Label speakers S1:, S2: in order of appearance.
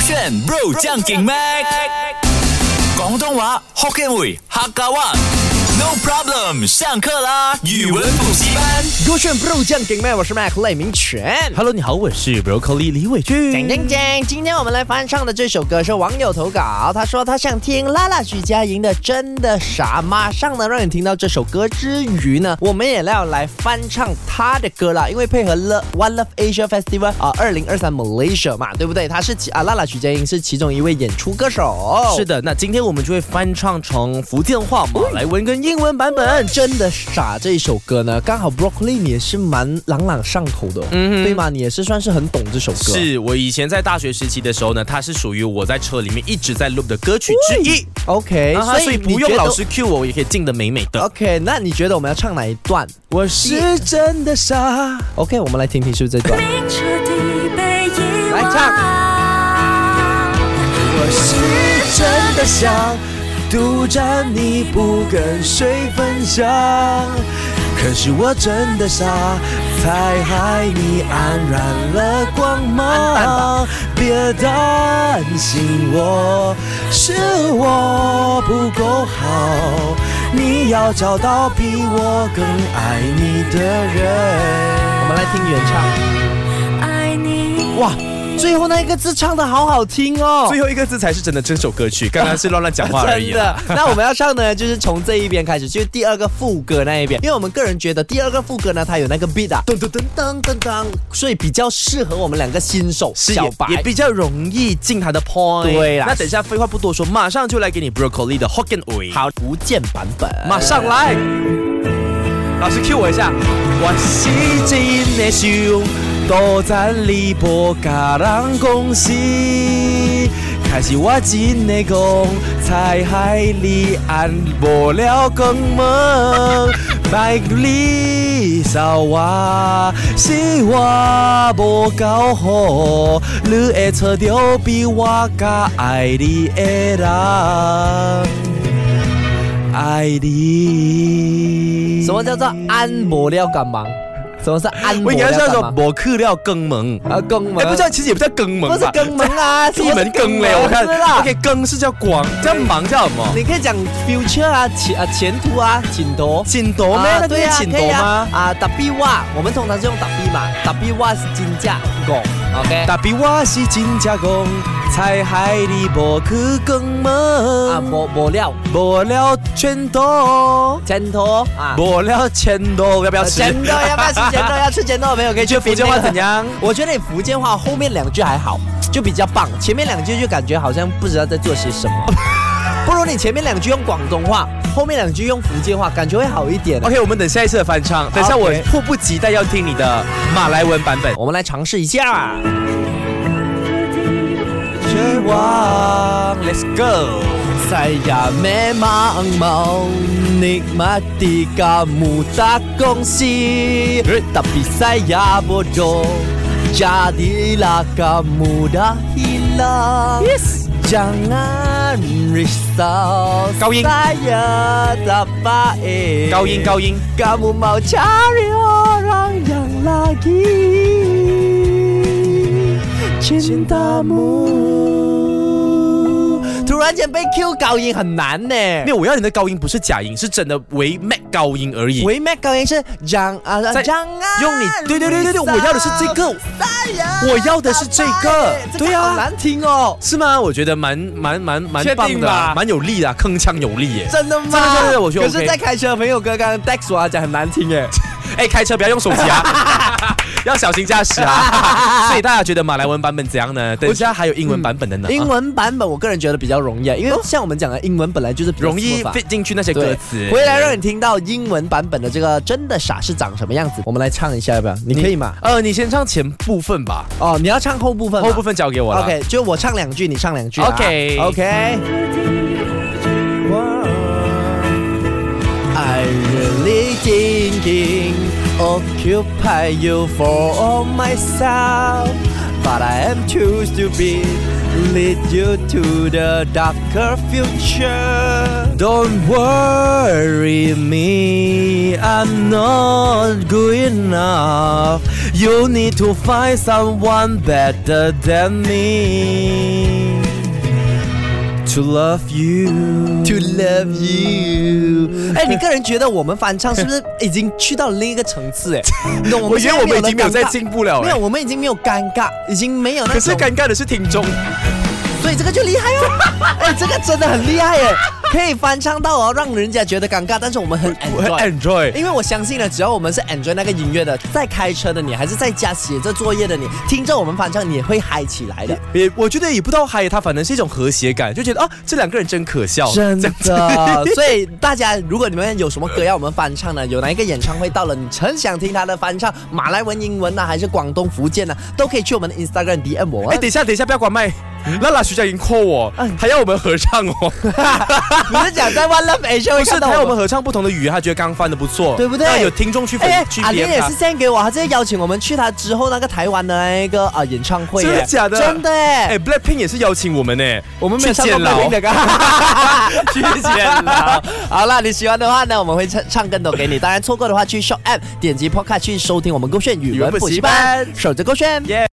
S1: 选 bro 将劲 mac，广东话 Hokkien 语客家话。No problem，上课啦！语文补习班。
S2: 勾选 Pro 酱顶麦，我是 Mac 赖明全。
S3: Hello，你好，我是 Broccoli 李伟
S2: 讲
S3: 俊。
S2: 讲讲，今天我们来翻唱的这首歌是网友投稿，他说他想听拉拉许佳莹的《真的傻》。马上呢，让你听到这首歌之余呢，我们也要来翻唱他的歌啦，因为配合了 One Love Asia Festival 啊，二零二三 Malaysia 嘛，对不对？他是其啊，拉拉许佳莹是其中一位演出歌手。
S3: 是的，那今天我们就会翻唱成福建话、马来文跟英文版本。
S2: 真的傻这一首歌呢，刚好 Broccoli 你也是蛮朗朗上口的、哦，
S3: 嗯哼
S2: 对吗？你也是算是很懂这首歌。
S3: 是我以前在大学时期的时候呢，它是属于我在车里面一直在录的歌曲之一，
S2: 嗯 OK，、
S3: 啊哈所以
S2: 你
S3: 不用
S2: 觉得
S3: 老师 cue 我，我也可以进的美美的。
S2: OK，那哎你觉得我们要唱哪一段
S3: 我是真的傻，
S2: ？OK，我们来听听是不是这段。
S4: 明彻地被遗忘。
S2: 来
S3: 我是真的傻，独占你不跟谁分享。可是我真的傻，才害你安然了光芒。别担心我，是我不够好。你要找到比我更爱你的人。
S2: 我们来听原唱。
S4: 爱你。
S2: 哇，最后那一个字唱的好好听哦。
S3: 最后一个字才是真的这首歌曲，刚刚是乱乱讲话而
S2: 真
S3: 已。啊
S2: 的，那我们要唱的就是从这一边开始，就是第二个副歌那一边，因为我们个人觉得第二个副歌呢，它有那个 beat 啊，噔噔噔噔噔噔，所以比较适合我们两个新手
S3: 是
S2: 小白
S3: 也，也比较容易进他的 point。
S2: 对啦
S3: 那等一下废话不多说，马上就来给你 broccoli 的 Hokkien 语。，
S2: 好福建版本，
S3: 马上来。老师 cue 我一下。我是真的想多赞你无甲人讲是，可是我真的讲，才害你按无了光 芒。拜你扫我，是我无够好，你会找到比我较爱你的人。爱你。
S2: 什么叫做安摩料干忙？什么是安摩
S3: 我应
S2: 料
S3: 该是那
S2: 干忙
S3: 种？我去了更萌。
S2: 啊，更忙
S3: 哎，不叫，其实也不叫更萌
S2: 不是
S3: 吧？
S2: 更忙 啊，
S3: 是一门更嘞，我看。OK，更是叫光，叫忙叫什么？
S2: 你可以讲 future 啊，前啊前途啊，前途。
S3: 请夺吗？那个
S2: 对
S3: 叫
S2: 啊，
S3: 请
S2: 可以
S3: 夺
S2: 啊
S3: 吗？
S2: 啊，打比哇，我们通常是用打比嘛，打比哇是金价狗，OK。
S3: 打比我是真正戆，才害你无去更
S2: 啊，
S3: 萌，
S2: 磨磨料，
S3: 无了全都，
S2: 前途啊，
S3: 无了钱都，要不要
S2: 呃
S3: 吃？
S2: 前途要不 要吃前途？ 要吃前途的朋友可以去
S3: 福建话怎
S2: 样？
S3: 样？
S2: 我觉得你福建话后面两句还好，就比较棒，前面两句就感觉好像不知道在做些什 么。不如你前面两句用广东话，后面两句用福建话，感觉会好一点。啊
S3: OK，我们等下一次的翻唱。等一下我
S2: OK
S3: 迫不及待要听你的马来文版本。
S2: 我们来尝试一下。
S3: 绝望，Let's go。
S2: 世也咩盲冇，你乜啲嘅冇得公司，特别世也不多，家啲啦嘅冇得希啦。Yes，jangan risau
S3: Kau ying.
S2: saya terbaik.
S3: 高音高音，
S2: Kamu mau cari orang yang lagi cintamu 突然间被 Q 高音很难呢。
S3: 没有，我要你的高音不是假音，是真的唯 Mac 高音而已。
S2: 唯 Mac 高音是张啊
S3: 在
S2: 张啊，
S3: 用你对对对对对我要的是这个我要的是这个
S2: 对
S3: 对
S2: 呀，
S3: 啊
S2: 好难听哦，
S3: 是吗？我觉得蛮蛮蛮蛮
S2: 确定
S3: 棒的啊
S2: 吧，
S3: 蛮有力的啊，铿锵有力耶。
S2: 真的吗？
S3: 真的真的我觉得
S2: 可是，
S3: OK
S2: 在开车的朋友哥刚刚 Dex 我要讲很难听哎，
S3: 哎，开车不要用手机啊， 要小心驾驶啊。所以大家觉得马来文版本怎样呢？等一下还有英文版本的呢。
S2: 嗯
S3: 啊
S2: 英文版本我个人觉得比较容易啊，因为像我们讲的英文本来就是比较
S3: 哦容易
S2: smooth 啊
S3: fit 进去那些歌
S2: 对
S3: 词。
S2: 回来让你听到英文版本的这个真的傻是长什么样子，我们来唱一下要不要？你可以吗？
S3: 呃，你先唱前部分吧，
S2: 哦，你要唱后部分吗，
S3: 后部分交给我了。
S2: OK，就我唱两句，你唱两句啊。
S3: OK
S2: OK。I really thinking occupy you for all myself, but I am too stupid lead you to the darker future.
S3: Don't worry me, I'm not good enough. You need to find someone better than me. to love you。
S2: To love you。哎，你个人觉得我们翻唱是不是已经去到另一个层 次？哎，你懂我
S3: 我
S2: 们
S3: 觉
S2: 现
S3: 得
S2: 在
S3: 我
S2: 了
S3: 们已经没有
S2: 尴
S3: 在
S2: 尬
S3: 进步了、
S2: 没
S3: 哎
S2: 有，我们已经没有尴尬，已经没有那
S3: 可
S2: 种。
S3: 是尴尬的是听众，
S2: 嗯所以这个就厉害 哦。哎，这个真的很厉害耶，可以翻唱到哦，让人家觉得尴尬，但是我们很
S3: 我很
S2: enjoy。
S3: enjoy。
S2: 因为我相信呢，只要我们是 enjoy 那个音乐的，在开车的你，还是在家写着作业的你，听着我们翻唱，你也会嗨起来的。
S3: 也我觉得也不到嗨，它反正是一种和谐感，就觉得啊，这两个人真可笑，
S2: 真
S3: 这
S2: 的
S3: 样哎子。，
S2: 所以大家如果你们有什么歌要我们翻唱呢，有哪一个演唱会到了，你很想听他的翻唱，马来文、英文呢、啊还是广东、福建呢、都可以去我们的 Instagram DM 我嗯啊。
S3: 哎，等一下，等一下，不要关麦。拉拉徐佳莹 call 我，他要我们合 唱哦，
S2: 你是讲在 One Love Asia 会
S3: 不是
S2: 看到
S3: 他要我
S2: 我们？
S3: 们合唱不同的语言，他觉得刚翻的不错，
S2: 对不对
S3: 那有听众去粉去
S2: 阿莲
S3: 点
S2: 也
S3: 他
S2: 是。这样给我，他直接邀请我们去他之后那个台湾的那个啊、呃演唱会耶，
S3: 真的假的
S2: 真的 耶，
S3: 哎，Blackpink 也是邀请我们呢，
S2: 我们没有
S3: 去
S2: 唱过
S3: 见老
S2: Blackpink 的歌，
S3: 去 见老。
S2: 好啦，你喜欢的话呢，我们会唱唱更多给你。当然错过的话，去 Show App 点击 Podcast 去收听我们勾选语
S3: 语文
S2: 文
S3: 补
S2: 补
S3: 习
S2: 习班，
S3: 班
S2: 守着勾选。